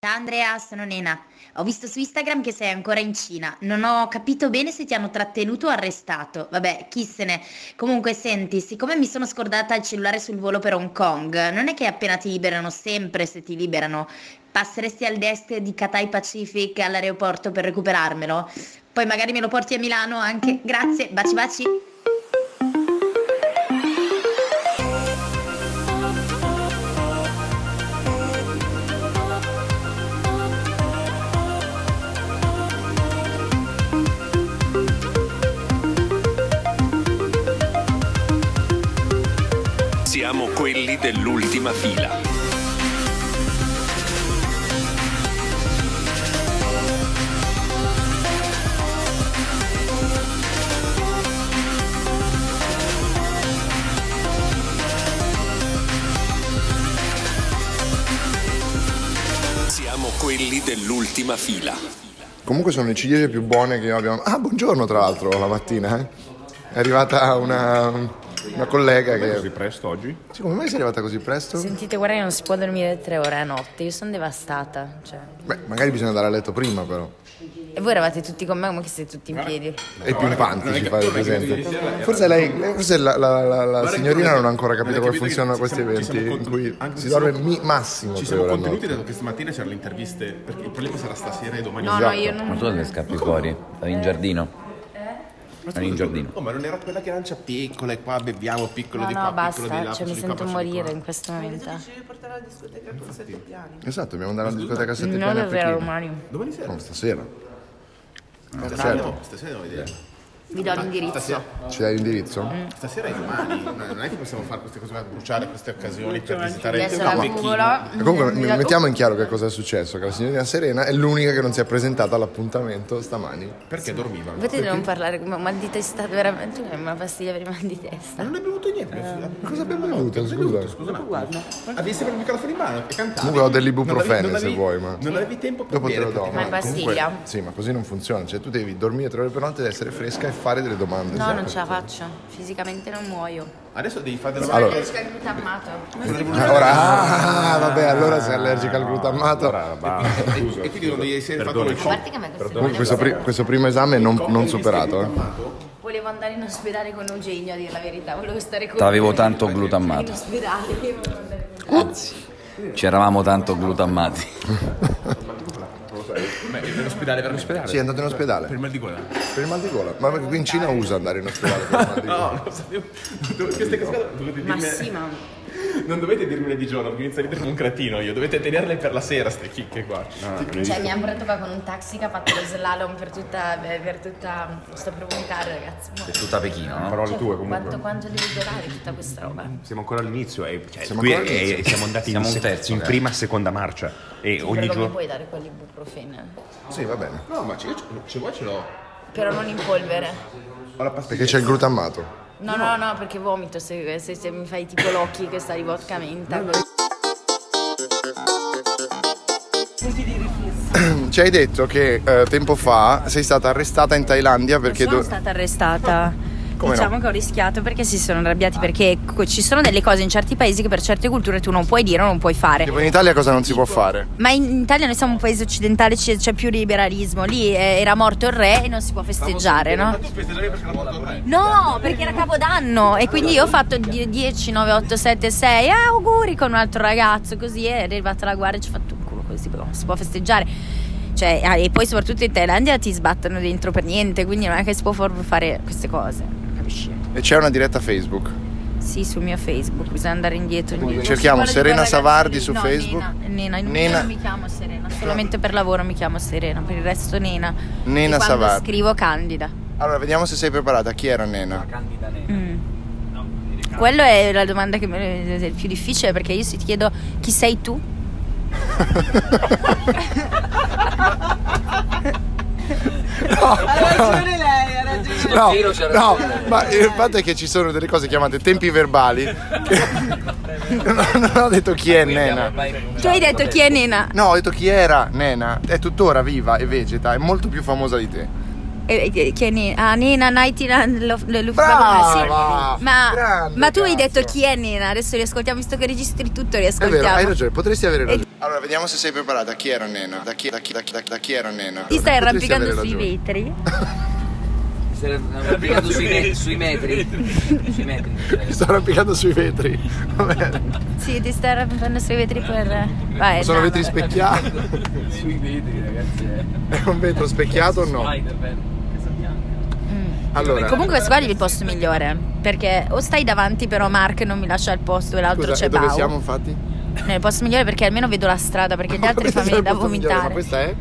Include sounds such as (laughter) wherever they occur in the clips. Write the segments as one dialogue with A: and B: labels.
A: Ciao Andrea, sono Nena. Ho visto su Instagram che sei ancora in Cina. Non ho capito bene se ti hanno trattenuto o arrestato. Vabbè, chi se ne. Comunque, senti, siccome mi sono scordata il cellulare sul volo per Hong Kong, non è che appena ti liberano, sempre se ti liberano, passeresti al desk di Cathay Pacific all'aeroporto per recuperarmelo? Poi magari me lo porti a Milano anche. Grazie, baci baci.
B: Siamo quelli dell'ultima fila. Siamo quelli dell'ultima fila.
C: Comunque sono le ciliegie più buone che io abbia. Ah, buongiorno tra l'altro la mattina. eh. È arrivata una, una collega
D: È così
C: che...
D: presto oggi?
C: Sì, come mai sei arrivata così presto?
E: Sentite, guarda, che non si può dormire tre ore a notte, io sono devastata. Cioè.
C: Beh, magari bisogna andare a letto prima però.
E: E voi eravate tutti con me, come che siete tutti
D: Eh,
E: in piedi?
C: È più impanti, ci fai presente. Forse lei, forse la, la- la- la signorina non ha ancora capito come funzionano questi eventi in cui si dorme mi- massimo
D: Ci
C: tre
D: siamo
C: ore a
D: contenuti
C: notte.
D: dato che stamattina c'erano le interviste, perché il problema sarà stasera e domani.
E: No, no, io
D: esatto.
E: non.
F: Ma tu ne scappi fuori? In giardino? Eri in giardino.
D: Oh, ma non era quella che lancia piccola e qua beviamo piccolo
E: No,
D: di
E: no,
D: qua, piccolo
E: basta,
D: di là.
E: cioè, mi
D: piccolo di
E: sento
D: qua, piccolo di
E: morire
D: qua.
E: in questo momento.
G: Invece di portare alla discoteca con sette piani.
C: Esatto, dobbiamo andare alla discoteca a sette
E: Non
C: piani a
E: è vero,
C: Pechino.
E: Mario.
D: Domani sera?
C: No, stasera.
D: Ah,
C: Stasera.
D: no, stasera devo vedere.
E: Vi do l'indirizzo.
D: Stasera,
C: Ci dai l'indirizzo?
D: stasera è domani. No, Non è che possiamo fare queste cose, qua, bruciare queste occasioni per visitare
E: Adesso
D: il
E: la
D: Pechino.
E: googlò.
C: E Comunque m- mettiamo in chiaro che cosa è successo, che la signorina Serena è l'unica che non si è presentata all'appuntamento stamani.
D: Perché dormivano?
E: Potete non parlare come mal di testa, veramente cioè, è una pastiglia per il mal di
D: Ma
E: testa.
D: non hai bevuto niente.
E: Eh.
C: Cosa abbiamo bevuto, scusa?
D: Scusa, ma guarda. Avevi sempre il microfono in mano e cantavi.
C: Comunque ho dell'ibuprofene,
D: Non avevi- non
C: se vuoi,
D: avevi-
C: ma-
D: Non avevi tempo per
C: Dopo te
D: bere,
C: lo do.
E: Ma è pastiglia?
C: comunque- Sì, ma così non funziona. Cioè tu devi dormire tre ore per notte, devi essere fresca e fare delle domande.
E: No,
D: Esatto.
C: sai?
E: non ce la faccio. Fisicamente non muoio.
D: Adesso devi fare delle
C: Allora.
D: domande.
E: Riesco al glutammato.
C: Allora, ah, vabbè, allora sei allergica al glutammato.
D: E, e quindi non devi essere fatto il
E: A parte che a me questo
C: Comunque questo, pri- questo primo esame non, non superato. eh.
E: Volevo andare in ospedale con Eugenio, a dire la verità. Volevo stare con
F: T'avevo
E: lui.
F: tanto
E: In
F: glutammato.
E: ospedale. volevo andare con lui.
F: Anzi, c'eravamo tanto glutammati.
D: Per ospedale, per ospedale.
C: Sì, è andato in ospedale
D: Per il mal di gola.
C: per il mal di gola. Ma qui in Cina usa andare in ospedale per il mal di gola.
D: (laughs) No, lo sapevo. Queste cose qua dovete dirmi.
E: Ma sì, ma
D: Non dovete dirmele di giorno, perché inizio a ridere come un cretino io. Dovete tenerle per la sera, ste chicche qua.
E: Cioè, mi ha portato qua con un taxi che ha fatto lo slalom per tutta. beh, per tutta- Sto per vomitare, ragazzi. Ma- cioè,
F: Tutta Pechino, no?
D: Parole tue,
E: Quanto, quanto deve durare tutta questa roba?
H: Siamo ancora all'inizio, eh, cioè,
C: Siamo
H: qui
C: ancora
H: è-
C: all'inizio.
H: siamo andati
F: Siamo
H: in,
F: un
H: se-
F: terzo,
H: in
F: eh.
H: prima e seconda marcia e ogni
E: Però non mi
H: giorno
E: puoi dare quell'ibuprofene.
C: Sì, va bene.
D: No, ma ce, ce vuoi ce l'ho.
E: Però non in polvere.
D: Ho la pastiglia.
C: Perché c'è il glutammato.
E: No, no, no, perché vomito se, se- se mi fai tipo l'occhi che sta di vodka menta.
C: Ci hai detto che eh, tempo fa sei stata arrestata in Thailandia perché...
I: sono
C: do-
I: stata arrestata.
C: Come
I: diciamo
C: no?
I: che ho rischiato perché si sono arrabbiati perché ecco, ci sono delle cose in certi paesi che per certe culture tu non puoi dire o non puoi fare.
C: Tipo in Italia cosa non si può fare?
I: Ma in Italia noi siamo un paese occidentale, c'è, c'è più liberalismo. Lì eh, era morto il re e non si può festeggiare, no?
D: Tu festeggiavi perché la moto ormai.
I: No, perché era capodanno e quindi io ho fatto die- 10, 9, 8, 7, 6, ah, auguri con un altro ragazzo, così è arrivata la guardia e ci ha fatto un culo così, però non si può festeggiare. Cioè, ah, e poi soprattutto in Thailandia ti sbattono dentro per niente, quindi non è che si può for- fare queste cose, capisci?
C: E c'è una diretta Facebook.
I: Sì, sul mio Facebook, bisogna andare indietro. indietro.
C: Cerchiamo
I: Non si parla di
C: Serena
I: quel
C: Savardi
I: ragazzo lì.
C: su
I: No,
C: Facebook.
I: Nena, Nena,
C: Nena.
I: in
C: Cioè.
I: Nena. non mi chiamo Serena, solamente per lavoro mi chiamo Serena, per il resto Nena.
C: Nena
I: E quando
C: Savardi.
I: scrivo Candida.
C: Allora, vediamo se sei preparata. Chi era Nena?
I: Mm. Quello è la domanda che mi è più difficile perché io se ti chiedo chi sei tu?
G: Ha ragione lei, ha ragione.
C: No, no, ma il fatto è che ci sono delle cose chiamate tempi verbali. (laughs) che- non, non ho detto chi è Nena.
I: Tu hai detto chi è Nena
C: No, ho detto chi era Nena. È tuttora viva e vegeta, è molto più famosa di te.
I: Eh, eh, chi è Nena? Ah, Nena Nightingale lo, lo, lo-
C: Brava!
I: sì. ma,
C: Grande,
I: ma tu hai
C: cazzo.
I: detto chi è Nena? Adesso riascoltiamo, visto che registri tutto,
C: È
I: riascoltiamo.
C: vero, hai ragione, potresti avere ragione. Allora, vediamo se sei preparata. Chi era Nena? Da chi, da chi, da chi, da chi- da chi era Nena?
I: Ti stai
A: Potresti
I: arrampicando
A: avere
I: sui
A: ragione.
I: vetri?
F: Stai arrampicando sui, (laughs) me- sui metri. sui metri.
A: Mi (laughs) sto arrampicando sui vetri. Vabbè,
I: Sì, ti stai arrampicando sui vetri per... Vai,
A: sono
I: Eh, no,
A: vetri
I: vabbè.
A: specchiati.
I: (laughs)
F: sui vetri, ragazzi.
I: eh.
A: È un vetro specchiato o no? Mm. Allora,
I: Comunque questo qua è il posto migliore, perché o stai davanti però Mark non mi lascia il posto e l'altro
A: scusa,
I: c'è
A: e dove
I: Bau.
A: siamo infatti?
I: Nel posto migliore perché almeno vedo la strada,
C: (laughs)
I: perché gli altri
A: Questo
I: fanno
A: è il
I: da
A: posto migliore, Ma
I: vomitare.
A: questa è?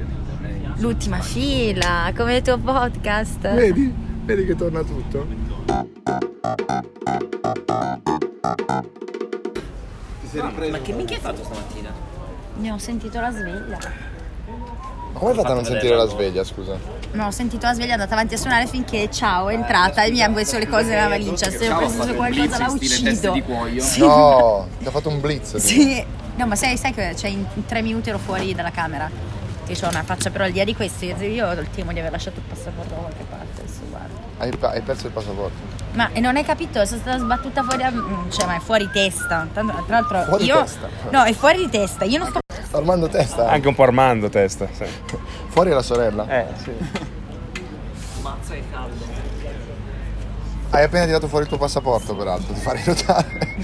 I: L'ultima fila, come il tuo podcast.
A: Vedi? Vedi che torna tutto?
F: Ma che minchia hai fatto stamattina?
I: Ne ho sentito la sveglia.
A: Ma come hai fatto a non sentire la sveglia, scusa?
I: No, ho sentito la sveglia, è andata avanti a suonare finché ciao, è entrata e mi ha messo le cose nella valigia. Se ho preso qualcosa la uccido.
F: di cuoio.
I: Sì.
A: No, ti ha fatto un blitz. tipo.
I: Sì. No, ma sai, sai che cioè, in tre minuti ero fuori dalla camera. Che c'ho una faccia però al di là di questo. Io ho il temo di aver lasciato il passaporto da qualche parte. Adesso guarda.
A: Hai, hai perso il passaporto.
I: Ma e non hai capito, sono stata sbattuta fuori. da- mm, Cioè, ma è fuori testa. Tanto- tra l'altro,
A: Fuori
I: io.
A: testa?
I: No, è fuori di testa. Io non sto.
A: Armando testa.
H: Anche un po' Armando testa. sì.
A: Fuori la sorella.
H: Eh, sì.
F: Mazza è caldo.
A: Hai appena tirato fuori il tuo passaporto, peraltro, ti farei notare.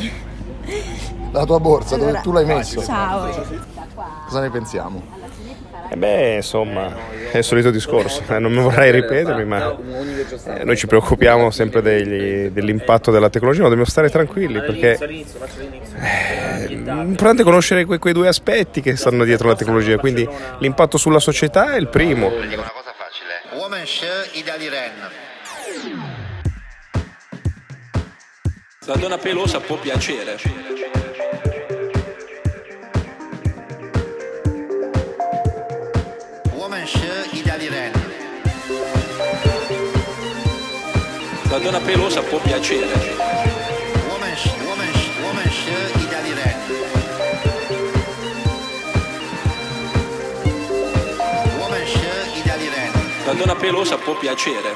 A: La tua borsa, dove tu l'hai messo.
I: Ciao.
A: Cosa ne pensiamo?
H: E beh,
F: Eh,
H: insomma, è il solito discorso, eh, non mi vorrei ripetermi, ma eh, noi ci preoccupiamo sempre degli- dell'impatto della tecnologia, ma dobbiamo stare tranquilli perché
F: All'inizio, faccio l'inizio.
H: è importante conoscere que- quei due aspetti che stanno dietro la tecnologia, quindi l'impatto sulla società è il primo.
C: Woman Share Ida Liren.
B: La donna pelosa può piacere.
C: Woman Share Ida Liren.
B: La donna pelosa può piacere.
C: Woman Share Woman Share Woman Share Ida Liren. Woman Share Ida Liren.
B: La donna pelosa può piacere.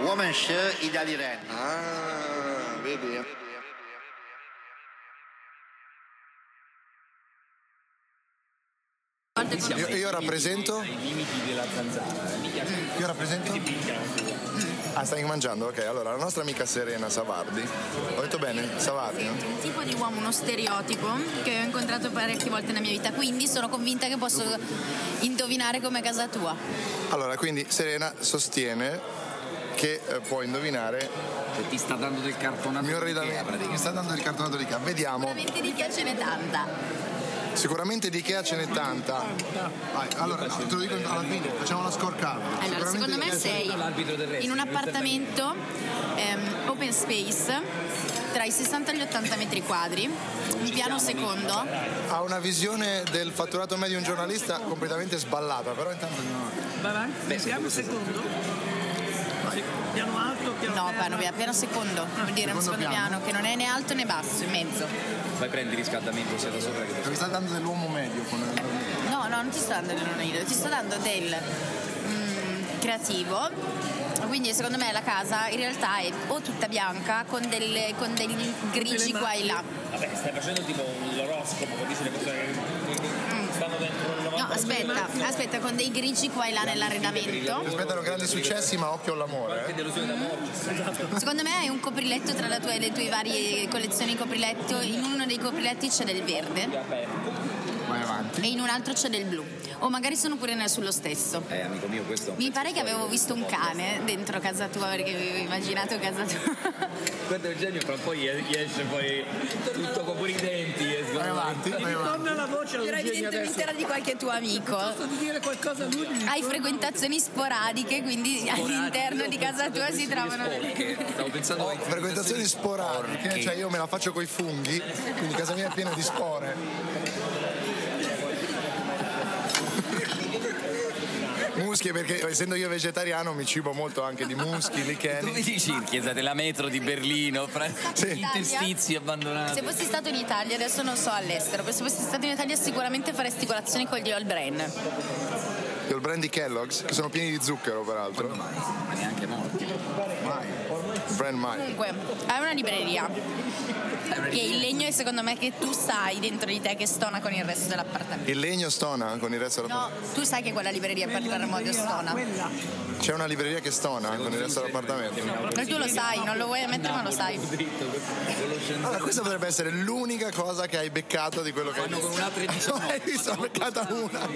C: Woman Share Ida Liren. Ah, vedi. Io, io rappresento.
F: eh,
C: Io rappresento. Ah, stai mangiando? Ok, allora la nostra amica Serena Savardi. Ho detto bene? Savardi, no?
I: Un tipo di uomo, uno stereotipo che ho incontrato parecchie volte nella mia vita, quindi sono convinta che posso indovinare come casa tua.
C: Allora, quindi Serena sostiene che eh, può indovinare
F: Che ti sta dando del
C: il
F: cartonato.
C: mio regolamento. Mi sta dando il cartonato di Ikea. Vediamo.
I: Veramente di che ce n'è tanta.
C: Sicuramente di Ikea ce n'è tanta. Vai, allora, no, te lo dico alla fine, facciamo la scorecard.
E: Allora,
C: Sicuramente
E: secondo
C: di
E: me
C: Ikea ce n'è
E: sei in un appartamento ehm, open space tra i 60 e gli 80 metri quadri, un piano secondo.
C: tanta. Ha una visione del fatturato medio di un giornalista completamente sballata, però intanto no.
E: No, piano, piano secondo, vuol dire un secondo piano che non è né alto né basso, in mezzo.
F: Poi prendi riscaldamento sia da sopra che da
C: Mi sta dando dell'uomo medio con
E: No, no, non ti sto dando del nonido, ti sto dando del mm, creativo. Quindi secondo me la casa in realtà è o tutta bianca con, delle- con degli grigi qua e là.
F: Vabbè, stai facendo tipo l'oroscopo, capisci le cose che stanno dentro il
E: Mm. No, aspetta, aspetta, con dei grigi qua e là nell'arredamento.
C: Aspettano grandi successi, ma occhio all'amore. eh.
E: Secondo me hai un copriletto tra la tua- le tue varie collezioni di copriletto. In uno dei copriletti c'è del verde
C: Vai avanti.
E: e in un altro c'è del blu. O magari sono pure ne- sullo stesso.
F: Eh, amico mio, questo
E: Mi pare che avevo visto un cane dentro casa tua perché avevo immaginato casa tua.
F: Guarda Eugenio, fra un po' gli gli esce poi tutto con pure i denti e
C: Vai avanti, vai avanti.
E: Però evidentemente era di qualche tuo amico. Hai frequentazioni sporadiche, quindi all'interno di casa tua si trovano delle...
F: Stavo pensando ai
C: Frequentazioni sporadiche, cioè io me la faccio coi funghi, quindi casa mia è piena di spore. Muschi perché essendo io vegetariano mi cibo molto anche di muschi, licheni.
F: Come dici in chiesa della metro di Berlino, fra
C: Sì.
F: gli interstizi abbandonati.
E: Se fossi stato in Italia, adesso non so all'estero, però se fossi stato in Italia sicuramente faresti colazione con gli all brand.
C: Io ho il brand di Kellogg's, che sono pieni di zucchero peraltro.
F: Ma neanche morti.
C: Brand mai.
E: Comunque, hai una libreria. Che il legno è secondo me che tu sai dentro di te che stona con il resto dell'appartamento.
C: Il legno stona con il resto
E: No,
C: dell'appartamento?
E: tu sai che quella libreria a particolar modo stona.
C: C'è una libreria che stona con il resto dell'appartamento?
E: E tu lo sai, non lo vuoi ammettere ma lo sai.
C: Allora, questa potrebbe essere l'unica cosa che hai beccato di quello che hai visto. Non (laughs) hai visto, ho beccata una.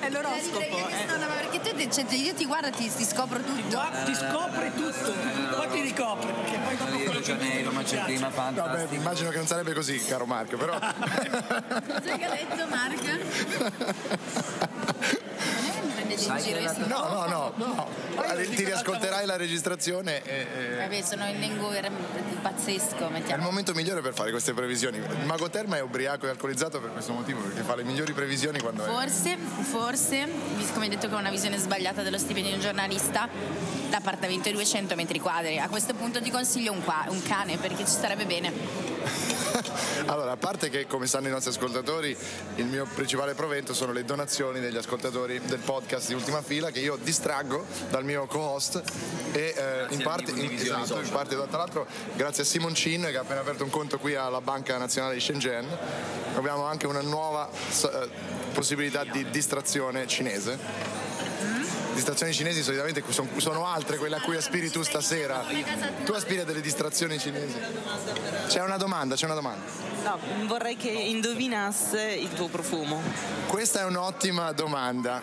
E: È l'oroscopo. ma perché tu ti- cioè, io ti guardo e ti, ti scopro tutto.
J: eh. Ti scopre tutto, poi ti ricopre, perché poi dopo quello che
C: Janeiro, ma c'è prima Vabbè, immagino che non sarebbe così, caro Marco, (laughs) però
E: Sai che ha detto Marca?
C: No, no, no, no. Ti riascolterai la registrazione e- e-
E: Vabbè, cioè, sono in lingue pazzesco,
C: È il
E: mettiamo.
C: momento migliore per fare queste previsioni. Il Mago Terma è ubriaco e alcolizzato per questo motivo, perché fa le migliori previsioni quando è.
E: Forse, forse, visto come hai detto che ho una visione sbagliata dello stipendio di un giornalista, l'appartamento è 200 metri quadri. Eh, A questo punto ti consiglio un, qua- un cane perché ci starebbe bene.
C: Allora, a parte che, come sanno i nostri ascoltatori, il mio principale provento sono le donazioni degli ascoltatori del podcast di Ultima Fila, che io distraggo dal mio co-host e eh, in,
J: alle
C: parte, in,
J: condivisioni
C: esatto,
J: social.
C: in parte, tra l'altro, grazie a Simoncin che ha appena aperto un conto qui alla Banca Nazionale di Shenzhen, abbiamo anche una nuova s- eh, possibilità di distrazione cinese. Distrazioni cinesi solitamente son- sono altre quelle a cui aspiri tu stasera. Tu aspiri a delle distrazioni cinesi. C'è una domanda, c'è una domanda.
G: No, vorrei che indovinasse il tuo profumo.
C: Questa è un'ottima domanda.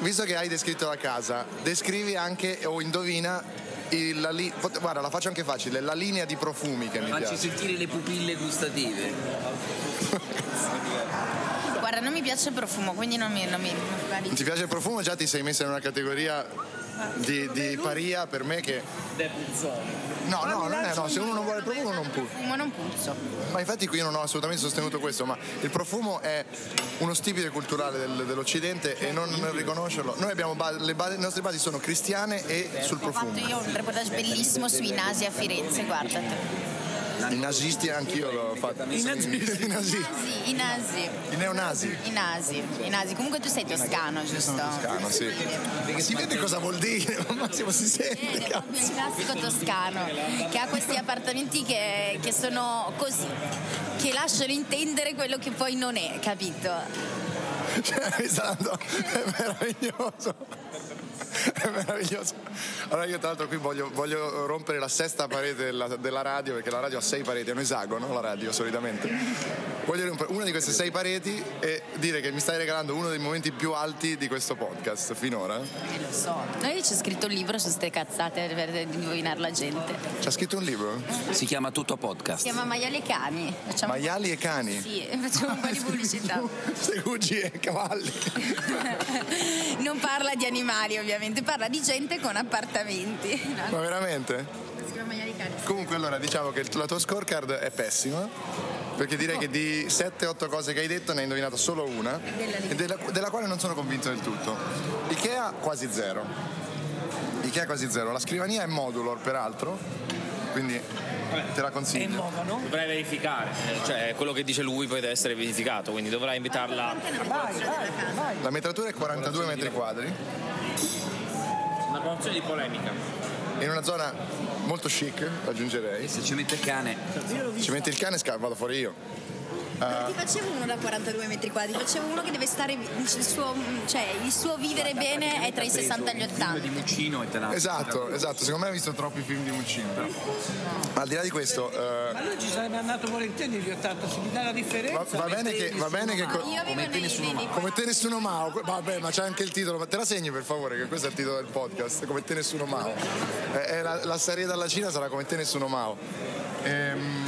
C: Visto che hai descritto la casa, descrivi anche o indovina il- la li- pot- guarda, la faccio anche facile, la linea di profumi che mi
K: Facci
C: piace.
K: sentire le pupille gustative.
E: Guarda, non mi piace il profumo, quindi non mi. Non mi non mi-
C: Non ti piace il profumo? Già ti sei messa in una categoria di, di paria per me che. No, no, non è, no, se uno non vuole il profumo non può.
E: Profumo non puzzo.
C: Ma infatti qui io non ho assolutamente sostenuto questo, ma il profumo è uno stipite culturale del- dell'Occidente e non riconoscerlo. Noi abbiamo ba- le, ba- le nostre basi sono cristiane e sul
E: Ho fatto
C: profumo.
E: io un reportage bellissimo sui nasi a Firenze, guardate.
C: I nazisti anch'io l'ho fatto. I nazisti. I nazisti.
E: Sì, I nasi.
C: I neonazi.
E: I nasi, i nasi. Comunque tu sei toscano, giusto?
C: Toscano, sì. Ma si vede cosa vuol dire, Massimo si sente. cazzo.
E: Il classico toscano che ha questi appartamenti che, che sono così, che lasciano intendere quello che poi non è, capito?
C: Cioè, Alessandro, è meraviglioso. È meraviglioso. Allora io tra l'altro qui voglio, voglio rompere la sesta parete della, della radio, perché la radio ha sei pareti, è un esagono la radio solitamente. Voglio rompere una di queste sei pareti e dire che mi stai regalando uno dei momenti più alti di questo podcast finora.
E: Eh, lo so. Noi c'è scritto un libro su ste cazzate per indovinare la gente.
C: C'ha scritto un libro?
K: Si chiama Tutto
E: Si
K: Podcast.
E: chiama Maiali e Cani. Facciamo
C: Maiali e cani?
E: Sì, eh, facciamo
C: (laughs)
E: un po' di pubblicità.
C: Segugi e (laughs) cavalli.
E: Non parla di animali ovviamente, parla di gente con appartamenti.
C: Ma veramente?
E: Si chiama Maiali e Cani.
C: Comunque allora diciamo che la tua scorecard è pessima perché direi che di 7-8 cose che hai detto ne hai indovinata solo una e della, della quale non sono convinto del tutto. Ikea quasi zero. Ikea quasi zero. La scrivania è modular peraltro, quindi te la consiglio.
F: Dovrai verificare, eh, cioè quello che dice lui poi deve essere verificato, quindi dovrai invitarla.
C: La metratura è 42 metri quadri
F: Una porzione di polemica.
C: in una zona molto chic, aggiungerei. Se ci mette il cane. Ci metti il cane e sca- vado fuori io. Ah.
E: Ti facevo uno da 42 metri quadri, facevo uno che deve stare, il suo, cioè il suo vivere bene è tra i 60 e gli 80.
K: Di Muccino e te la
C: Esatto, esatto, secondo me hai visto troppi film di Muccino. Ma al di là di questo, eh,
J: Ma lui ci sarebbe andato volentieri negli 80, se mi dà la differenza.
C: Va, va bene che, va bene che co- come te nessuno mao que- vabbè ma c'è anche il titolo ma te la segni per favore che questo è il titolo del podcast come te nessuno mao Eh, eh, la, la serie dalla Cina sarà come te nessuno mao Ehm,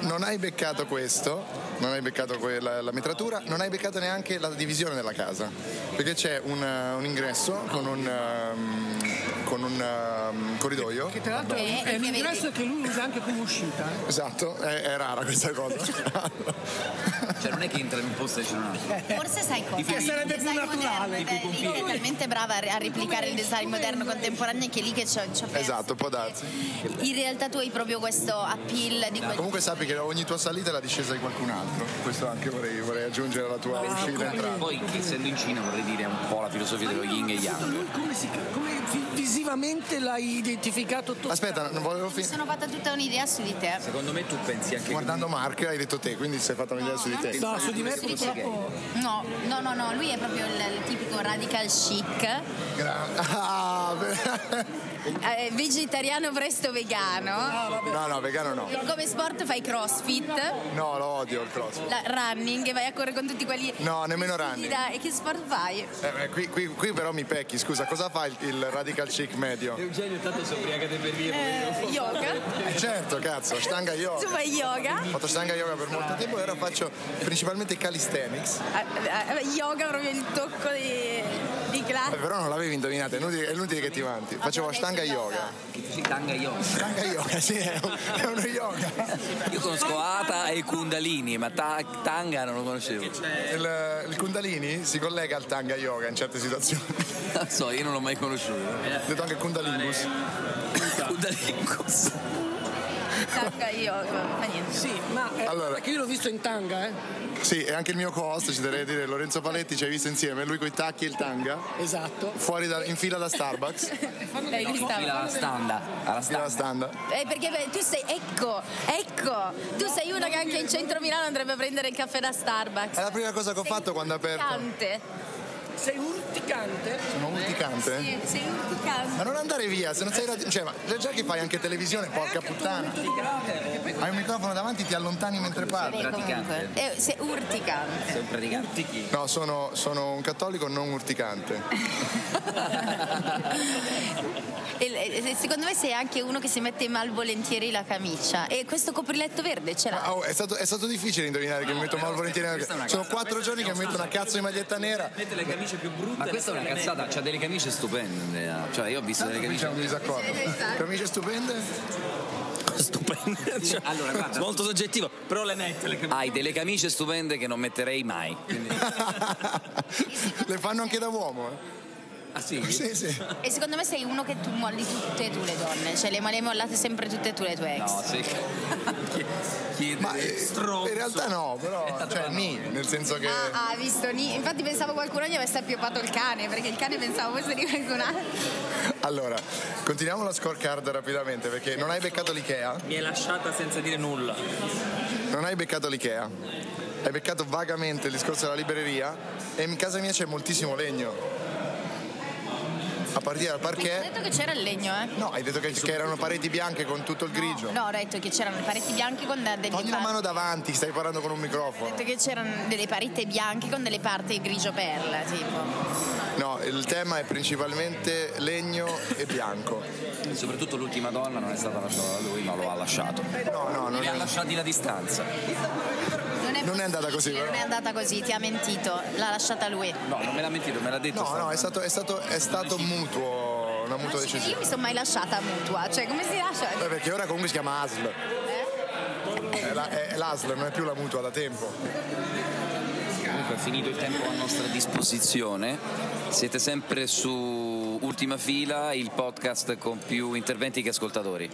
C: non hai beccato questo non hai beccato que- la, la metratura non hai beccato neanche la divisione della casa perché c'è un, eh, un ingresso con un ehm, con un ehm, corridoio
J: Che tra l'altro è, è un ingresso che lui usa anche come uscita. eh.
C: esatto è, è rara questa (laughs) cosa
K: Cioè non è che entra in un posto e c'è un
J: Ecco,
K: altro.
E: Forse sai cosa?
K: Che sarebbe
E: Il design
K: più naturale.
E: moderno, beh, Lì è talmente brava a a replicare il design moderno contemporaneo che lì che c'è. c'è per-
C: esatto può darsi
E: In realtà tu hai proprio questo appeal di quel
C: Comunque sappi che ogni tua salita è la discesa di qualcun altro. altro. Questo anche vorrei, vorrei aggiungere alla tua uscita e entrata.
F: Poi, essendo in Cina, vorrei dire è un po' la filosofia dello yin e yang.
L: Come, si, come vi- visivamente l'hai identificato tu?
C: Aspetta, non volevo
I: Mi
C: finire.
I: sono fatta tutta un'idea su di te.
F: Secondo me tu pensi anche
C: Guardando Mark hai detto te, quindi sei fatta un'idea su di te.
L: No, su di me purtroppo.
I: No, no, no, no, lui è proprio il, il tipico radical chic.
C: Gra- Ah, beh.
I: Eh, vegetariano presto vegano.
C: (laughs) No, no, vegano no.
I: Come sport fai crossfit,
C: No, lo odio il crossfit.
I: la- running e vai a correre con tutti quelli.
C: No, nemmeno
I: Chi
C: running.
I: dà- E che sport fai?
C: Eh, beh, qui, qui- qui però mi pecchi, scusa, cosa fa il, il radical chic medio?
F: Eugenio tanto si ubriaca per dire
I: yoga.
C: Eh, certo, cazzo, stanga yoga.
I: Tu fai yoga?
C: Ho fatto stanga yoga per molto tempo e ora faccio principalmente calisthenics.
I: Eh, eh, yoga proprio il tocco di, di
C: Eh,
I: classe.
C: però non l'avevi indovinata, è inutile, è inutile che ti vanti. Facevo stanga yoga.
F: Tanga yoga.
C: Stanga yoga, sì, è, un- è uno yoga.
F: Io conosco Ata e Kundalini, ma ta- Tanga non lo conoscevo.
C: Il, il kundalini si collega al tanga yoga in certe situazioni.
F: Non so, io non l'ho mai conosciuto.
C: Ho detto anche kundalingus.
J: Esatto.
F: Kundalingus.
I: Tanga yoga, fa niente.
L: Sì, ma eh, perché io l'ho visto in tanga, eh.
C: Sì, e anche il mio co-host, ci darei a dire, Lorenzo Paletti, ci hai visto insieme, lui coi tacchi e il tanga.
L: Esatto.
C: Fuori da- in fila
L: (laughs)
C: da Starbucks.
I: Dai, Gustavo.
F: standa. Alla
C: standa.
I: Eh, perché beh, tu sei, ecco, ecco, tu sei uno che anche in centro Milano andrebbe a prendere il caffè da Starbucks.
C: È la prima cosa che ho Eh, fatto quando ho aperto.
I: Urticante.
L: Sei urticante?
C: Sono urticante? eh?
I: Sì, sei urticante. Eh,
C: Ma non andare via, se non sei radio... Cioè, ma già che fai anche televisione, porca puttana. Hai un microfono davanti, ti allontani mentre parli.
I: Beh, comunque, eh, sei urticante.
C: No, sono, sono un cattolico non urticante.
I: E- e- e eh, secondo me sei anche uno che si mette malvolentieri la camicia. E questo copriletto verde ce l'ha.
C: Ah, (laughs) oh, è, stato, è stato difficile indovinare che mi metto malvolentieri. Sono quattro giorni che mi metto una cazzo di maglietta nera.
F: Mette le camicie più brutte. Ma questa è una cazzata, c'ha delle camicie stupende. Andrea. Cioè, io ho visto delle
C: Qui
F: camicie.
C: c'è un disaccordo.
I: esatto.
C: Camicie
I: (laughs)
C: stupende?
F: (laughs) Stupende. Cioè, allora, guarda, molto soggettivo, però le mette le camicie. Hai delle camicie stupende che non metterei mai.
C: Le fanno anche da uomo, eh?
F: Ah (laughs) sì?
C: Sì, sì.
I: E secondo me sei uno che tu molli tutte e tu le donne. Cioè le, le hai mollate sempre tutte e tu le tue ex.
F: No, Ah, (laughs) sì.
C: Ma eh, in realtà no, però cioè ni, nel senso che
I: Ah, ah, visto Ni- Infatti pensavo qualcuno gli avesse appioppato il cane, perché il cane pensavo fosse di qualcun altro.
C: allora, continuiamo la scorecard rapidamente perché non hai beccato l'IKEA,
M: Mi è lasciata senza dire nulla.
C: non hai beccato l'IKEA. Hai beccato vagamente il discorso della libreria e in casa mia c'è moltissimo legno. A partire dal
I: Ho
C: parquet
I: detto che c'era il legno, eh.
C: No, hai detto che, che erano pareti bianche con tutto il grigio.
I: No, ho detto che c'erano le pareti bianche con delle
C: Togli la
I: par-
C: mano davanti, stai parlando con un
I: Ho
C: microfono.
I: detto che c'erano delle pareti bianche con delle parti grigio perla, tipo.
C: No, il tema è principalmente legno e bianco.
F: Soprattutto l'ultima donna non è stata lasciata da lui, ma lo ha lasciato.
C: No, no, non
F: Li ha lasciati la distanza.
I: Non è,
C: Non è andata così,
I: non
C: vero?
I: è andata così, ti ha mentito, l'ha lasciata lui.
F: No, non me l'ha mentito, me l'ha detto.
C: No, no, è stato, è stato, è stato mutuo, una
E: Ah,
C: mutua
I: Io
C: decisione.
I: mi sono mai lasciata mutua, cioè come si lascia?
C: Beh, perché ora comunque si chiama ASL.
E: Eh?
C: È, la- è l'ASL, non è più la mutua da tempo.
F: Comunque è finito il tempo a nostra disposizione. Siete sempre su Ultima Fila, il podcast con più interventi che ascoltatori.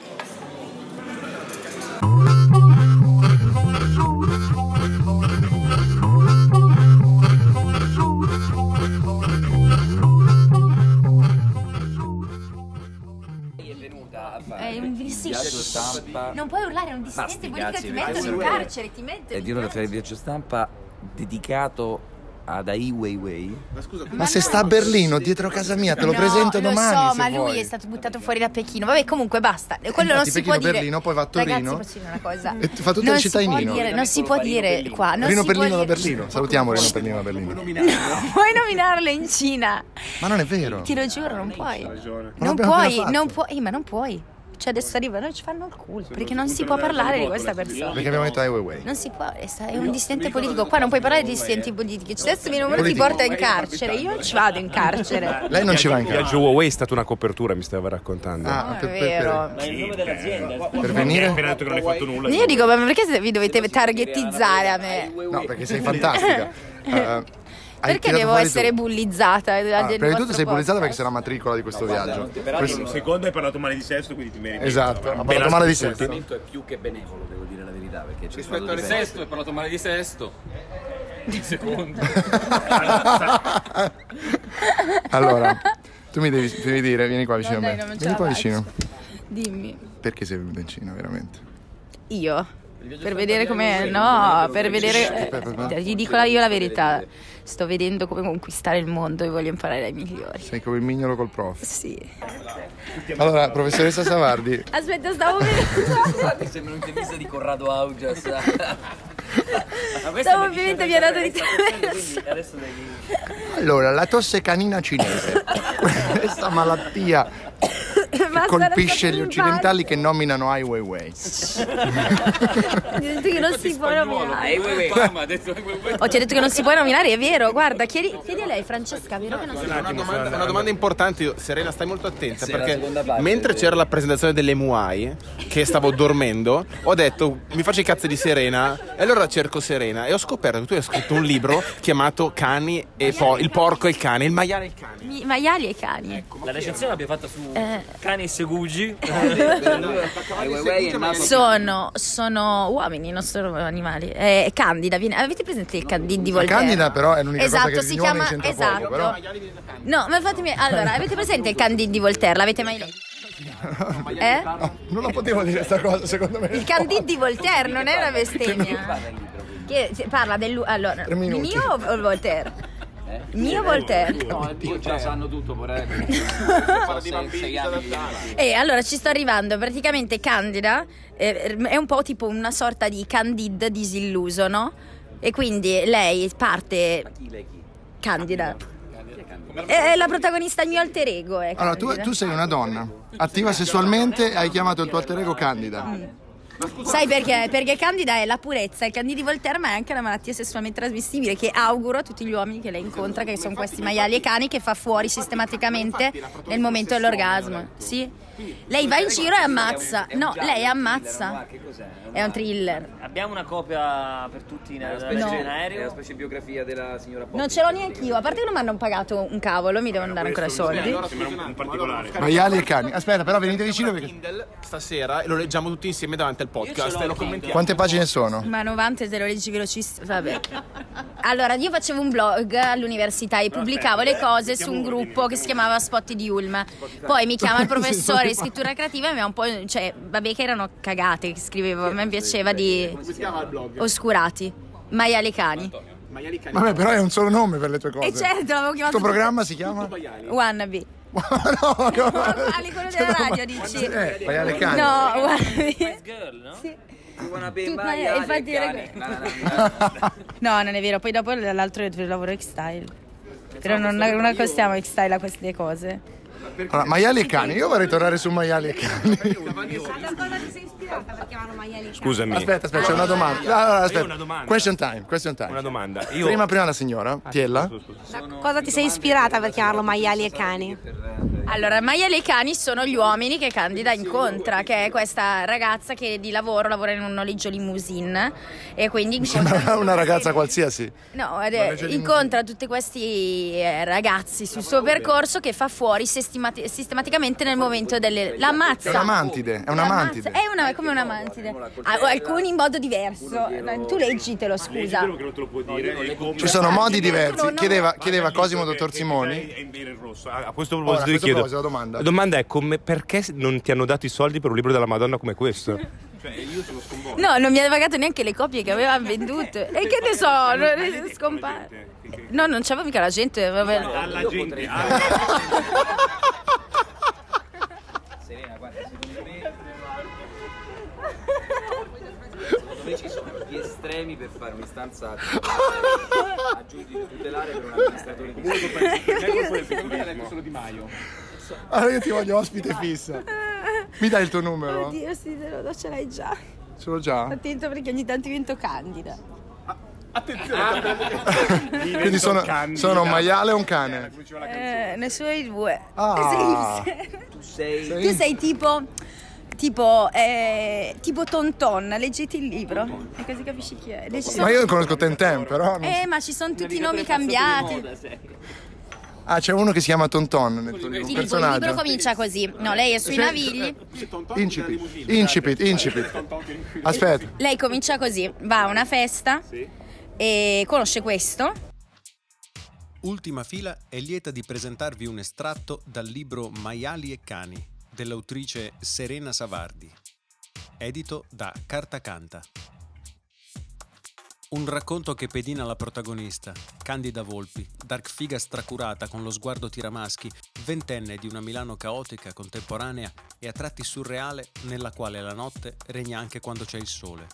F: È venuta a fare
E: È un dissento.
F: viaggio stampa.
E: Non puoi urlare, è un dissente
F: Basti,
E: politico,
F: cazzi,
E: ti
F: perché
E: mettono in
F: se-
E: carcere, ti mettono
F: È
E: in
F: di una fare il viaggio stampa dedicato ad Ai Weiwei. Ma scusa,
N: Ma se sta a Berlino, dietro casa mia, te lo
E: No,
N: presento
E: Lo
N: domani.
E: so,
N: se
E: ma
N: vuoi.
E: lui è stato buttato fuori da Pechino. Vabbè, comunque basta. Quello non
N: infatti
E: si
N: Pechino,
E: può dire.
N: Berlino, poi va a Torino.
E: Ragazzi, posso dire una cosa.
N: E ti fa tutta
E: non
N: la
E: si
N: città in
E: può
N: Nino.
E: dire- non si può dire qua. Non
N: Rino
E: si può
N: Perlino da
E: dire-
N: Berlino. Salutiamo Rino Perlino da Berlino.
E: Non puoi nominarlo in Cina.
N: Ma non è vero.
E: Ti lo giuro, non puoi.
N: Ma
E: Non
N: l'abbiamo appena
E: puoi,
N: fatto.
E: non puoi, eh, ma non puoi. Cioè adesso arrivano e ci fanno il culo. Perché non si può parlare di questa persona.
N: Perché abbiamo detto Ai Weiwei.
E: Non si può, è sta- è un dissidente politico. Qua non puoi parlare di dissidenti politici. Cioè, adesso viene uno che ti
N: Politico.
E: porta in carcere. Io non ci vado in (laughs) carcere.
N: Lei non ci va in
H: Il viaggio
N: casa.
H: Huawei è stata una copertura, mi stava raccontando.
E: Ah, è vero.
M: Ma è il nome dell'azienda.
N: Per venire?
H: appena detto che non hai fatto nulla.
E: Io dico, ma perché se- vi dovete targetizzare a me?
N: No, perché sei
I: (laughs)
N: fantastica. Eh, hai
E: Perché
N: tirato
E: devo
N: fuori
E: essere
N: tu.
E: bullizzata?
N: Ah,
E: del
N: prima di tutto
E: vostro
N: sei bullizzata
E: podcast?
N: perché sei la matricola di questo viaggio. Questo-
M: secondo hai parlato male di sesto, quindi ti meriti.
N: Esatto, ha parlato male di sesto.
M: è più che benevolo, devo dire la verità.
F: verità perché c'è
B: Rispetto
F: stato
B: al
F: difetto.
B: sesto, hai parlato male di sesto.
F: Ah,
B: Il secondo.
C: (laughs) Allora, tu mi devi, devi dire, vieni qua vicino
I: No,
C: a
I: dai,
C: me.
I: no, non ce
C: vieni
I: la
C: qua
I: faccio.
C: vicino.
I: Dimmi.
C: Perché sei venuto in Cina, veramente?
I: Io? Per vedere come... No, per vedere... eh, Gli dico la- io la verità. Sto vedendo come conquistare il mondo e voglio imparare dai migliori.
C: Sei come il mignolo col prof.
I: Sì.
C: Allora, professoressa Savardi,
I: Aspetta, stavo
C: (laughs)
I: vedendo...
F: Mi sembra un'intervista di Corrado (laughs) Augias.
I: Stavo ovviamente mi ha dato di traverso.
B: Adesso devi...
C: allora, la tosse canina cinese, (laughs) questa malattia
I: Ma
C: che colpisce gli occidentali che nominano Ai Weiwei.
I: Ho detto che non si può nominare.
B: ha detto
I: Ho ti ho detto che non si può nominare, è vero, guarda, chiedi, chiedi a lei Francesca, vero che non si può
D: Una
I: nominare.
D: domanda, una domanda importante, io- Serena, stai molto attenta
F: Sì, la
D: perché
F: seconda parte,
D: mentre
F: sì.
D: c'era la presentazione delle Muay, che stavo dormendo, ho detto mi faccio i cazzi di Serena e allora cerco Serena e ho scoperto che tu hai scritto un libro chiamato Cani e po- il porco e il cane, il maiale e il cane.
I: Mi- Maiali e cani.
B: Ecco, La recensione l'abbiamo fatta su
I: Eh.
B: Cani e Segugi.
I: Sono, sono uomini, non sono animali. Eh, Candida, viene- avete presente il Candid di
C: La
I: Voltaire?
C: candida però è l'unica
I: esatto,
C: cosa che
I: si
C: Vignone
I: chiama
C: c'entra poco,
I: esatto.
C: però.
I: No, ma fatemi allora, avete presente il Candid di Voltaire? L'avete mai letto?
C: (laughs)
I: Eh?
C: (laughs) Non la potevo dire sta cosa, secondo me.
I: Il Candid di Voltaire non è una bestemmia. Che si- parla del allora,
C: Tre minuti.
I: mio o o Voltaire? Mio Voltaire.
F: No,
B: cioè,
F: io ce la sanno tutto, vorrei. (laughs) Parla cioè. di cioè, bambini.
I: E Eh, allora ci sto arrivando, praticamente Candida eh, è un po' tipo una sorta di Candid disilluso, no? E quindi lei parte Candida. È è la protagonista, il mio alter ego. ecco. È
C: Allora, tu,
I: Candida.
C: tu sei una donna, attiva sessualmente, hai chiamato il tuo alter ego Candida.
I: Sai perché? Perché Candida è la purezza, il Candidi Voltaire, ma è anche una malattia sessualmente trasmissibile che auguro a tutti gli uomini che lei incontra, che sono questi maiali e cani, che fa fuori sistematicamente nel momento dell'orgasmo. Sì? Lei va in giro e ammazza. No, lei ammazza. È un thriller.
B: Abbiamo una copia per tutti in,
I: specie-
B: in
F: È la
B: aereo.
F: specie biografia della signora Poppi.
I: Non ce l'ho neanche io, a parte che non mi hanno pagato un cavolo, mi devono dare ancora soldi.
D: particolare.
C: Maiali e cani. Aspetta, però venite vicino perché...
D: Stasera e lo leggiamo tutti insieme davanti al podcast e lo commentiamo.
C: Quante pagine sono?
I: Ma 90 te lo leggi velocissimo, vabbè. Allora, io facevo un blog all'università e pubblicavo le cose su un gruppo che si chiamava Spotti di Ulm. Poi mi chiama il professore di scrittura creativa e mi ha un po'. cioè, vabbè, che erano cagate che scrivevo, a me piaceva di.
D: Come si chiama il blog?
I: Oscurati. Maiali cani.
D: Maiali e cani.
C: Vabbè, però è un solo nome per le tue cose.
I: E certo, l'avevo
C: Il
I: chiamato.
C: tuo programma si (laughs)
I: (laughs)
C: chiama?
I: Wannabe.
C: (laughs) No, Cioè, no.
I: Alle quello della radio dici.
C: Eh, maiale e cani.
I: No, Wannabe.
F: Tut-
I: ma- infatti era que- No, non è vero. Poi dopo l'altro è il lavoro X-Style. Però non, non accostiamo X-Style a queste cose.
C: Allora, maiali e cani. Io vorrei tornare su maiali e cani.
O: Alla cosa ti sei ispirata per chiamarlo maiali
H: Scusami.
C: Aspetta, aspetta, c'è una domanda. Allora, aspetta.
H: una domanda.
C: Question time, question time. Una
H: domanda.
O: Io-
C: Prima, prima la signora, Tiella.
O: Cosa ti sei ispirata per chiamarlo maiali e cani?
I: Allora, maiali e cani sono gli uomini che Candida incontra, che è questa ragazza che di lavoro lavora in un noleggio limousine e quindi incontra...
C: Una ragazza qualsiasi.
I: No, ed è- incontra tutti questi eh, ragazzi sul suo percorso che fa fuori sistemati- sistematicamente nel momento delle... La
C: È
I: ammazza!
C: una mantide, è una
I: L'ammazza.
C: mantide.
I: È una- eh, come una mantide. Ah, Alcuni in modo diverso. Tu
C: Ah,
I: leggitelo, scusa.
H: non te lo può dire.
C: Ci sono modi diversi. Chiedeva, chiedeva Cosimo, dottor Simoni.
H: A questo
C: Ora,
H: proposito,
C: a
H: io
C: questo
H: chiedo:
C: proposito, la domanda.
H: è come, perché non ti hanno dato i soldi per un libro della Madonna come questo? cioè, io sono sconvolto.
I: No, non mi aveva pagato neanche le copie che aveva venduto. E che ne so, non- scompare. No, non c'aveva mica la gente. vabbè.
P: Alla gente.
F: Serena, guarda, secondo me. Secondo me ci sono gli estremi per
B: (laughs)
F: farmi stanzare a giudice tutelare per un amministratore di
D: Solo Di Maio.
C: Allora Ah, io ti voglio ospite fissa. Mi dai il tuo numero?
I: Oddio, sì, te lo do, ce l'hai già.
C: Ce l'ho già?
I: Attento perché ogni tanto divento candida.
H: Ah,
C: Quindi sono, sono un maiale e un cane.
I: Eh, nessuno dei due.
C: Ah.
I: Sei- sei-
F: Tu sei.
I: Tu sei tipo. Tipo. eh, tipo Tonton, leggiti il libro. E così capisci chi è. E ci
C: Ma
I: sono-
C: io conosco Tentem, però. non-
I: Eh, ma ci sono tutti i nomi cambiati.
C: Ah, c'è uno che si chiama Tonton nel tuo libro, un
I: Ti dico, il libro
C: personaggio.
I: comincia così. No, lei è sui
C: Eh, Sì.
I: navigli.
C: Incipit, incipit, incipit. (laughs) Aspetta.
I: Lei comincia così, va a una festa e conosce questo.
H: Ultima fila è lieta di presentarvi un estratto dal libro Maiali e cani dell'autrice Serena Savardi, edito da Carta Canta. Un racconto che pedina la protagonista, Candida Volpi, dark figa stracurata con lo sguardo tiramaschi, ventenne di una Milano caotica, contemporanea e a tratti surreale nella quale la notte regna anche quando c'è il sole.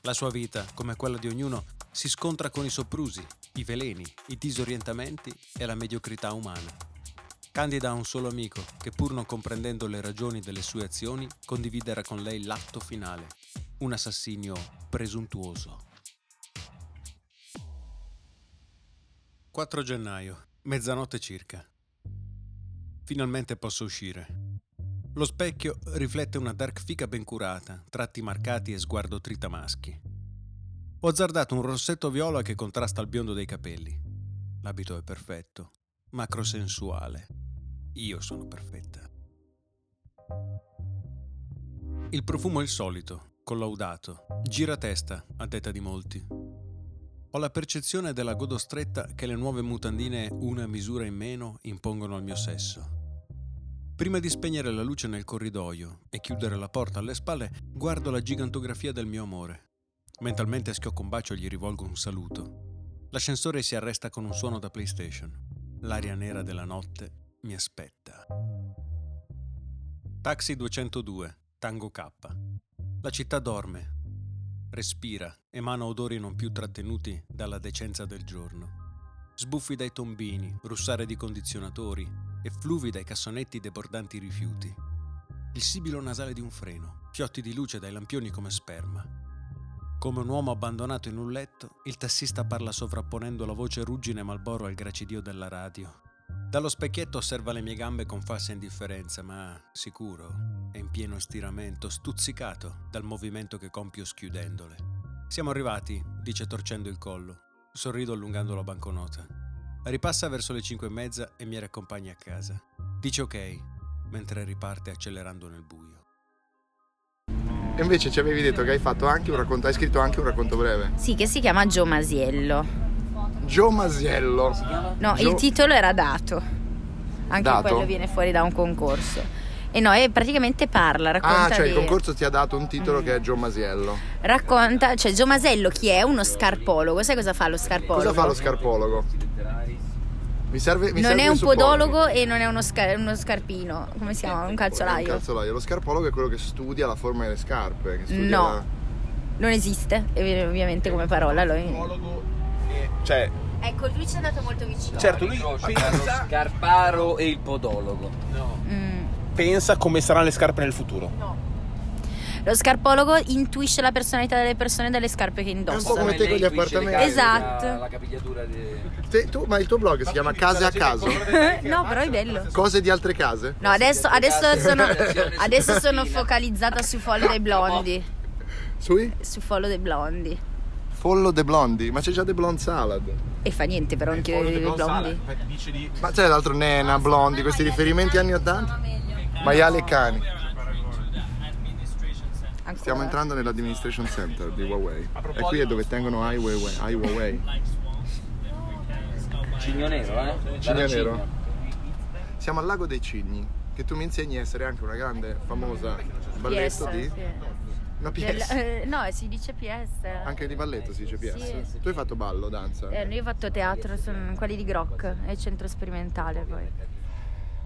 H: La sua vita, come quella di ognuno, si scontra con i soprusi, i veleni, i disorientamenti e la mediocrità umana. Candida ha un solo amico che pur non comprendendo le ragioni delle sue azioni condividerà con lei l'atto finale, un assassinio presuntuoso. 4 gennaio, mezzanotte circa. Finalmente posso uscire. Lo specchio riflette una dark figa ben curata, tratti marcati e sguardo tritamaschi. Ho azzardato un rossetto viola che contrasta il biondo dei capelli. L'abito è perfetto, macrosensuale. Io sono perfetta. Il profumo è il solito, collaudato, gira testa, a detta di molti. Ho la percezione della godostretta che le nuove mutandine una misura in meno impongono al mio sesso. Prima di spegnere la luce nel corridoio e chiudere la porta alle spalle, guardo la gigantografia del mio amore. Mentalmente schiocco un bacio e gli rivolgo un saluto. L'ascensore si arresta con un suono da PlayStation. L'aria nera della notte mi aspetta. Taxi 202, Tango K. La città dorme, respira, emana odori non più trattenuti dalla decenza del giorno. Sbuffi dai tombini, russare di condizionatori, effluvi dai cassonetti debordanti rifiuti. Il sibilo nasale di un freno, fiotti di luce dai lampioni come sperma. Come un uomo abbandonato in un letto, il tassista parla sovrapponendo la voce ruggine malboro al gracidio della radio. Dallo specchietto osserva le mie gambe con falsa indifferenza, ma sicuro e in pieno stiramento, stuzzicato dal movimento che compio schiudendole. Siamo arrivati, dice torcendo il collo. Sorrido allungando la banconota. Ripassa verso le cinque e mezza e mi raccompagna a casa. Dice ok, mentre riparte accelerando nel buio.
C: E invece ci avevi detto che hai fatto anche un racconto, hai scritto anche un racconto breve.
I: Sì, che si chiama Gio Masiello.
C: Gio Masiello.
I: No,
C: Gio-
I: il titolo era dato. Anche
C: Dato?
I: quello viene fuori da un concorso. E no, e praticamente parla, racconta
C: Ah, cioè
I: di-
C: il concorso ti ha dato un titolo che è Gio Masiello.
I: racconta, cioè Gio Masello chi è? Uno scarpologo, sai cosa fa lo scarpologo?
C: Cosa fa lo scarpologo? Mi serve, mi
I: non
C: serve
I: è un
C: supporto.
I: podologo e non è uno, sca- uno scarpino, come si chiama? Un
C: Il
I: calzolaio.
C: calzolaio. Lo scarpologo è quello che studia la forma delle scarpe. Che studia
I: No.
C: la-
I: Non esiste, eh, ovviamente come parola. Lo...
D: Cioè,
I: Ecco, lui ci è andato molto vicino.
D: Certo, lui pensa...
F: Scarparo e il podologo.
D: pensa come saranno le scarpe nel futuro.
I: Lo scarpologo intuisce la personalità delle persone dalle scarpe che indossano.
C: come te con gli appartamenti.
I: Esatto.
F: La capigliatura di...
C: Te- tu- ma il tuo blog si chiama Case a caso?
I: no, però è bello.
C: Cose di altre case?
I: No, adesso, adesso
C: case.
I: sono, adesso sono focalizzata su Follow dei Blondi.
C: Sui?
I: Su Follow dei Blondi.
C: Follow the Blondi, ma c'è già The Blonde Salad.
I: E fa niente, però anche i Blondi.
C: Ma c'è l'altro Nena, Blondi, questi riferimenti anni 80? Maiali e cani. Stiamo entrando nell'administration center di Huawei. E qui è dove tengono i Huawei. i Huawei.
F: Cigno nero, eh?
C: Cigno
F: Dalla
C: nero. Siamo al lago dei cigni, che tu mi insegni a essere anche una grande, famosa balletto
I: PS,
C: di...
I: sì.
C: Una
I: Del-
C: PS.
I: eh, no, si dice PS.
C: Anche di balletto si dice PS.
I: Sì.
C: Tu hai fatto ballo, danza.
I: Eh, io ho fatto teatro, sono quelli di Grock, è il centro sperimentale poi.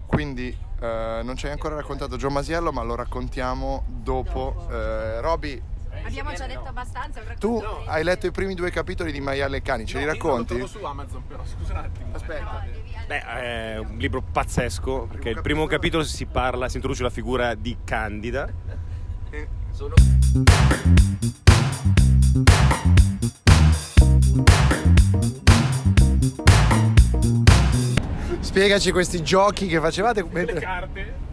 C: Quindi eh, non ci hai ancora raccontato Gio Masiello, ma lo raccontiamo dopo. Eh, Roby,
I: Abbiamo già detto abbastanza.
C: tu hai letto i primi due capitoli di Maiale e Cani, ce li racconti?
D: su Amazon però, scusa un attimo. Aspetta.
Q: Beh, è un libro pazzesco perché il primo capitolo si parla, si introduce la figura di Candida.
F: Sono...
C: Spiegaci questi giochi che facevate mentre...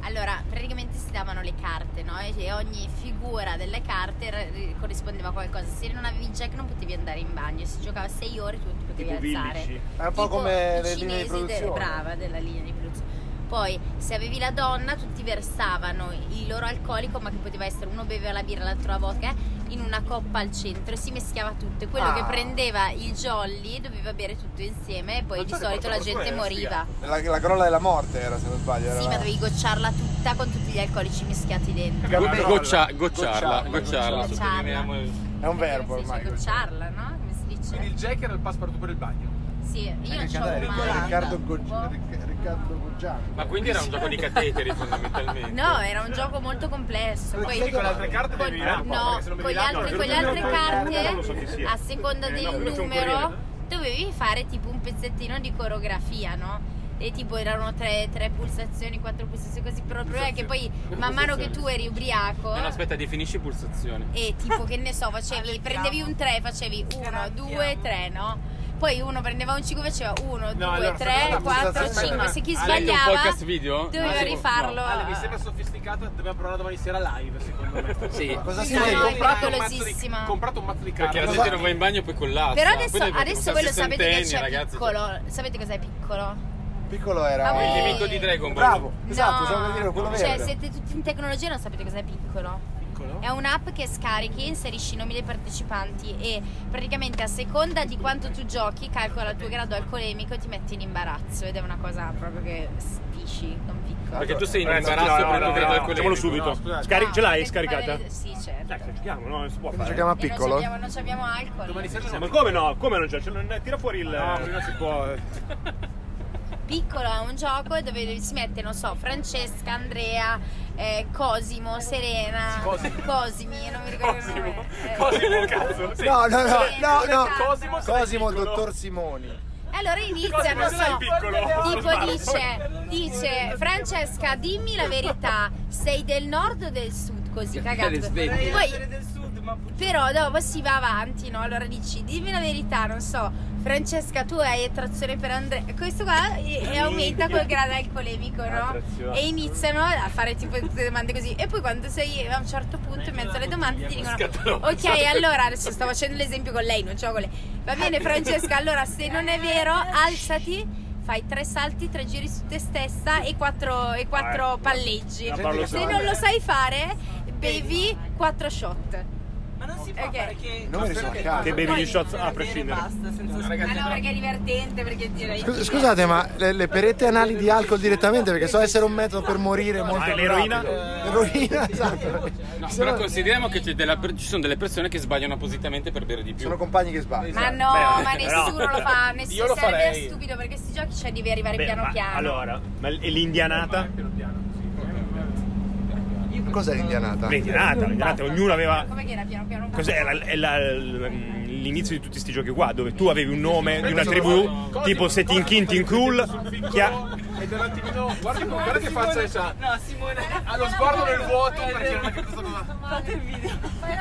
I: Allora, praticamente si davano le carte, no? E cioè, ogni figura lettura delle carte r- corrispondeva a qualcosa. Se non avevi il jack non potevi andare in bagno, se giocava 6 ore tu non ti potevi
H: Tipo
I: alzare.
H: Billici.
C: È un po'
I: Tipo
C: come
I: i
C: le linee di
I: cinesi de-
C: produzione.
I: brava della linea di produzione. Poi, se avevi la donna, tutti versavano il loro alcolico, ma che poteva essere uno beveva la birra, l'altro la vodka, in una coppa al centro e si meschiava tutto. E Quello
C: Ah.
I: che prendeva il jolly doveva bere tutto insieme e poi di solito la gente moriva.
C: La, la grolla della morte era, se non sbaglio. era
I: Sì,
C: la-
I: ma dovevi gocciarla tutta con tutti gli alcolici mischiati dentro.
A: Go- goccia- gocciarla, gocciarla.
I: Gocciarla.
C: È un verbo
I: Sì, cioè,
C: ormai.
I: gocciarla, no? Come si dice?
H: Il jack era il passaporto per il bagno.
I: Sì, io
H: Riccardo-
I: c'ho un
H: Riccardo-
I: Riccardo
H: Goggiano.
A: Ma quindi era un gioco di cateteri fondamentalmente.
I: No, era un gioco molto complesso. Poi
H: Perché con le altre carte devi
I: con-
H: dare un po',
I: No,
H: perché se non
I: con
H: bevi
I: le
H: l'acqua,
I: altre,
H: non
I: con le
H: bevi
I: altre
H: l'acqua, non lo so chi
I: carte,
H: sia.
I: a seconda
H: Eh, no,
I: del
H: quello c'è un
I: numero,
H: corriere.
I: dovevi fare tipo un pezzettino di coreografia, no? E tipo erano tre, tre pulsazioni, quattro pulsazioni, così. Però il problema è che poi, man mano che tu eri ubriaco.
A: No, no, aspetta, definisci pulsazioni.
I: E tipo che ne so, facevi, prendevi un 3, facevi 1, 2, 3, no? Poi uno prendeva un 5 faceva 1,
A: No,
I: 2,
A: allora,
I: 3,
A: aspetta,
I: 4,
A: aspetta,
I: 5. Se chi
A: Ale, hai un
I: sbagliava
A: podcast video?
I: doveva
A: Ah, sì,
I: rifarlo.
H: Ale, mi sembra sofisticata, dobbiamo provare domani sera live, secondo me.
A: Sì.
H: Cosa
I: No,
H: significa?
I: no, è
H: Comprate un mazzo di-
I: pericolosissima.
H: comprate un mazzo di carte.
A: Perché la gente non va in bagno e poi collassa.
I: Però adesso,
A: Poi deve-
I: adesso
A: sono
I: voi lo sapete che c'è
A: 60enni, ragazzi.
I: piccolo. Sapete cos'è piccolo?
C: Piccolo era.
I: Ma voi-
A: Il nemico di Dragon Ball.
C: Bravo, esatto, stavo per dire quello
I: cioè
C: verde.
I: siete tutti in tecnologia e non sapete cos'è piccolo. È un'app che scarichi, inserisci i nomi dei partecipanti e praticamente a seconda di quanto tu giochi calcola il tuo grado alcolemico e ti metti in imbarazzo ed è una cosa proprio che spisci con piccolo.
A: Perché tu
Q: Eh,
A: sei in imbarazzo per il tuo grado alcolemico.
H: Facciamolo subito.
A: No,
H: Scari-
I: No,
H: ce l'hai
I: perché
H: scaricata?
I: fare- Sì, certo.
H: Dai, giochiamo, no? Non si può fare.
C: Giochiamo a
I: E non ci
C: piccolo?
I: abbiamo, non ci abbiamo alcol.
H: Ma come no? Come non c'è? Cioè, non è- tira fuori il.
A: No, prima
H: si può.
I: piccolo è un gioco dove si mette, non so, Francesca, Andrea, eh, Cosimo, Serena, Cosimi, non mi ricordo il nome. Eh.
H: Cosimo, cazzo. sì.
C: No, no, no,
H: Sì,
C: no, no.
H: Cosimo, se sei
C: Cosimo, il
H: piccolo.
C: dottor Simoni.
I: E allora inizia,
H: Cosimo,
I: non
H: se sei
I: so,
H: piccolo.
I: tipo dice, dice, Francesca, dimmi la verità, sei del nord o del sud? Così, cagato.
D: Vorrei essere
I: Poi,
D: del sud, ma
I: però dopo si va avanti, no? Allora dici, dimmi la verità, non so, Francesca, tu hai attrazione per Andrea. Questo qua e, e aumenta col grado alcolemico, no?
D: Attrazione.
I: E iniziano a fare tipo tutte domande così. E poi quando sei a un certo punto, in mezzo alle domande, ti dicono: Ok, allora adesso sto facendo l'esempio con lei, non ce l'ho con lei. Va bene, Francesca, allora se non è vero, alzati. Fai tre salti, tre giri su te stessa e quattro, e quattro palleggi.
D: La parlo
I: Se
D: sempre.
I: non lo sai fare, bevi quattro shot. Ma non si può
D: che...
C: numeri sono a caso.
H: Che bevi gli shots a prescindere.
I: Ah no, perché è divertente, perché direi...
C: Scus- Scusate, ma le, le perette anali di alcol direttamente perché so essere un metodo per morire molto
H: Ah, l'eroina?
C: rapido. L'eroina, (laughs) esatto.
A: No, (laughs) però consideriamo che c'è della- ci sono delle persone che sbagliano appositamente per bere di più.
C: Sono compagni che sbagliano.
I: Ma no,
A: Beh,
I: ma
A: no.
I: nessuno lo fa, nessuno
A: Io lo
I: sarebbe
A: farei.
I: stupido perché questi giochi cioè devi arrivare
H: Beh,
I: piano
H: ma
I: piano.
H: Allora, ma e l'indianata?
C: Cos'è l'indianata?
H: L'indianata, l'indianata, ognuno aveva.
I: Come che era piano piano?
H: Cos'è? È, la- è la- l'inizio di tutti questi giochi qua, dove tu avevi un nome di una tribù, tipo Setinkin Tinkul, chi ha-
D: Ed un attimino... Guarda, guarda che faccia c'ha. No, Simone... Ha lo sguardo nel vuoto perché non ha capito cosa... Fate il video.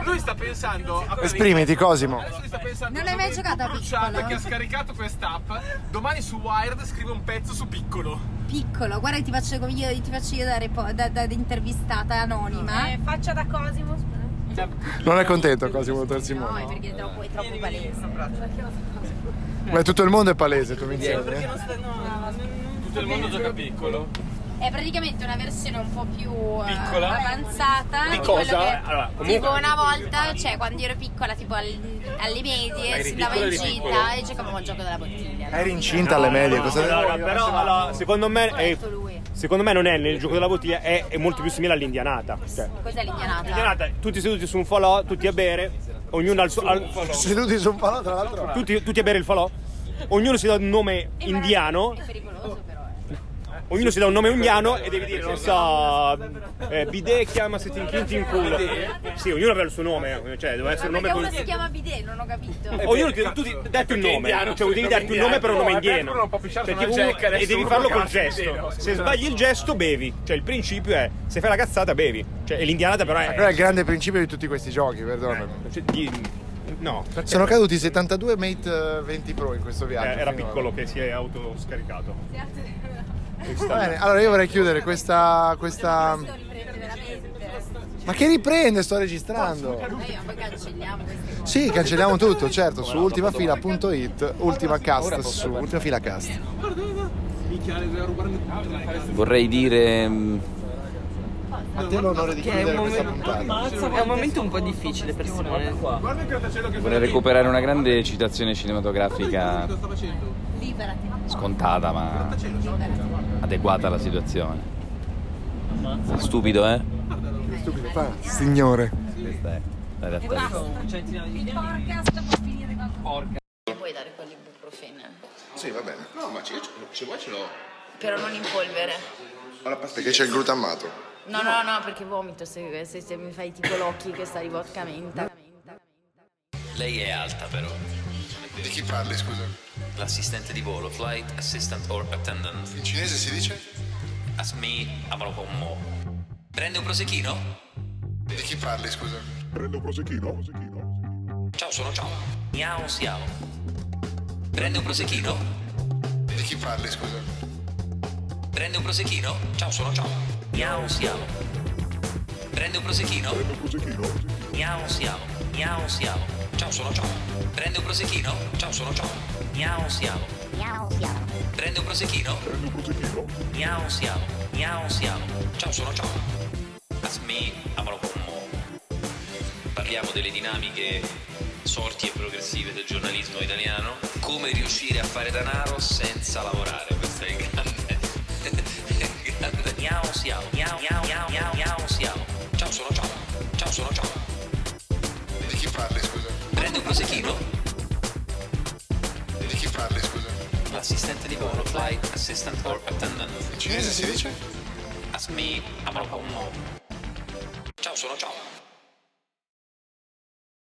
D: Lui sta pensando... a quella
C: Esprimiti, Cosimo.
D: Adesso lui sta pensando
I: Non l'hai mai giocato a
D: Cruciata
I: piccolo?
D: che ha scaricato quest'app domani su Wired scrive un pezzo su piccolo
I: Piccolo, guarda ti faccio come io, ti faccio io da, repo- da- da- da intervistata anonima. faccia da Cosimo,
C: Non è contento Cosimo, dottor Simoni.
I: No, perché è troppo, è troppo palese.
C: Ma tutto il mondo è palese, tu mi insegni. eh?
A: Tutto il mondo gioca piccolo.
I: È praticamente una versione un po' più eh,
A: Piccola?
I: avanzata
A: Di
I: quello
A: cosa?
I: che-
A: Allora, comunque-
I: tipo una volta, cioè quando ero piccola, tipo al- alle
H: Ma
I: medie,
H: eri
I: si andava
H: piccola,
I: in
H: eri piccola?
I: gita e giocavamo al gioco della bottiglia. no?
C: Eri incinta alle medie, cosa
H: allora, però allora, secondo me è- secondo me non è nel gioco della bottiglia, è, è molto più simile all'indianata. Cioè,
I: Cos'è l'indianata?
H: l'indianata, tutti seduti su un falò, tutti a bere, ognuno al suo al-
C: Seduti su un palò, tra l'altro.
H: tutti, tutti a bere il falò, ognuno si dà un nome
I: Eh, ma
H: indiano.
I: È pericoloso però.
H: Ognuno si dà un nome indiano e devi dire, non so, eh, Bidè chiama Setinkinti in culo. Sì, ognuno aveva il suo nome, cioè doveva essere un
I: Ma
H: nome
I: perché uno
H: con...
I: si chiama bidet, non ho capito.
H: Ognuno ti, tu ti datti un nome, cioè devi darti un nome per un nome indiano. Cioè, tipo, e devi farlo col gesto. Se sbagli il gesto bevi. Cioè il principio è se fai la cazzata bevi. Cioè e l'indianata però
C: Quello è il
H: è.
C: grande principio di tutti questi giochi, perdonami.
H: cioè, di- no. perché-
C: Sono caduti 72 Mate eh, 20 Pro in questo
H: Eh,
C: viaggio.
H: Era
C: finora.
H: piccolo che si è autoscaricato.
C: Bene, allora io vorrei chiudere questa, questa
I: Veramente.
C: Ma che riprende? Sto registrando.
E: poi cancelliamo queste cose.
C: Sì, cancelliamo tutto, certo, su ultimafila.it, ultima cast su ultima fila cast.
R: Vorrei dire. mm,
C: A te l'onore di
S: è un,
C: chiudere questa
S: momento, è un momento un po' difficile per Simone.
R: Vorrei recuperare una grande citazione cinematografica
E: Liberati.
R: scontata ma adeguata alla situazione. Stupido, eh?
C: puntata. Signore.
R: Questa è la realtà.
E: Il podcast può finire quando Puoi dare quell'ibuprofene,
C: Sì, va bene.
D: No, ma se vuoi ce l'ho.
E: però non in polvere.
C: Perché c'è il glutammato.
E: No, no, no, perché vomito se, se- se mi fai tipo l'occhi che sta di vodka menta.
F: Lei è alta però. Di chi parli, scusa? L'assistente di volo, flight assistant or attendant. In cinese si dice? Asmi Amrokommo. Prende un prosecchino? Di chi parli, scusa?
T: Prendo un prosecchino?
F: Ciao, sono ciao. Miao siao. Prende un prosecchino? Di chi parli, scusa? Prende un prosecchino? Ciao, sono ciao. Miao siao. Prende un prosecchino? Prende un prosecchino? Miao siao. Miao siao. Ciao, sono ciao. Prende un prosecchino? Ciao, sono ciao. Miao siao. Miao siao. Prende un prosecchino? Prende un prosecchino? Miao siao. Miao siao. Ciao, sono ciao. Ah, Asmi amalopomo.
U: Parliamo delle dinamiche sorti e progressive del giornalismo italiano.
F: Come riuscire a fare denaro senza lavorare? Questo è il grande. (laughs) il grande. Miao siao. Miao miao miao miao miao siao. Ciao, sono ciao. Ciao, sono ciao.
T: Di chi parli, scusa?
F: Prende un prosecchino?
T: Di chi parli, scusa?
F: L'assistente di volo, flight assistant or attendant.
T: In cinese si dice?
F: Asmi Amalopomo. Ciao, sono ciao.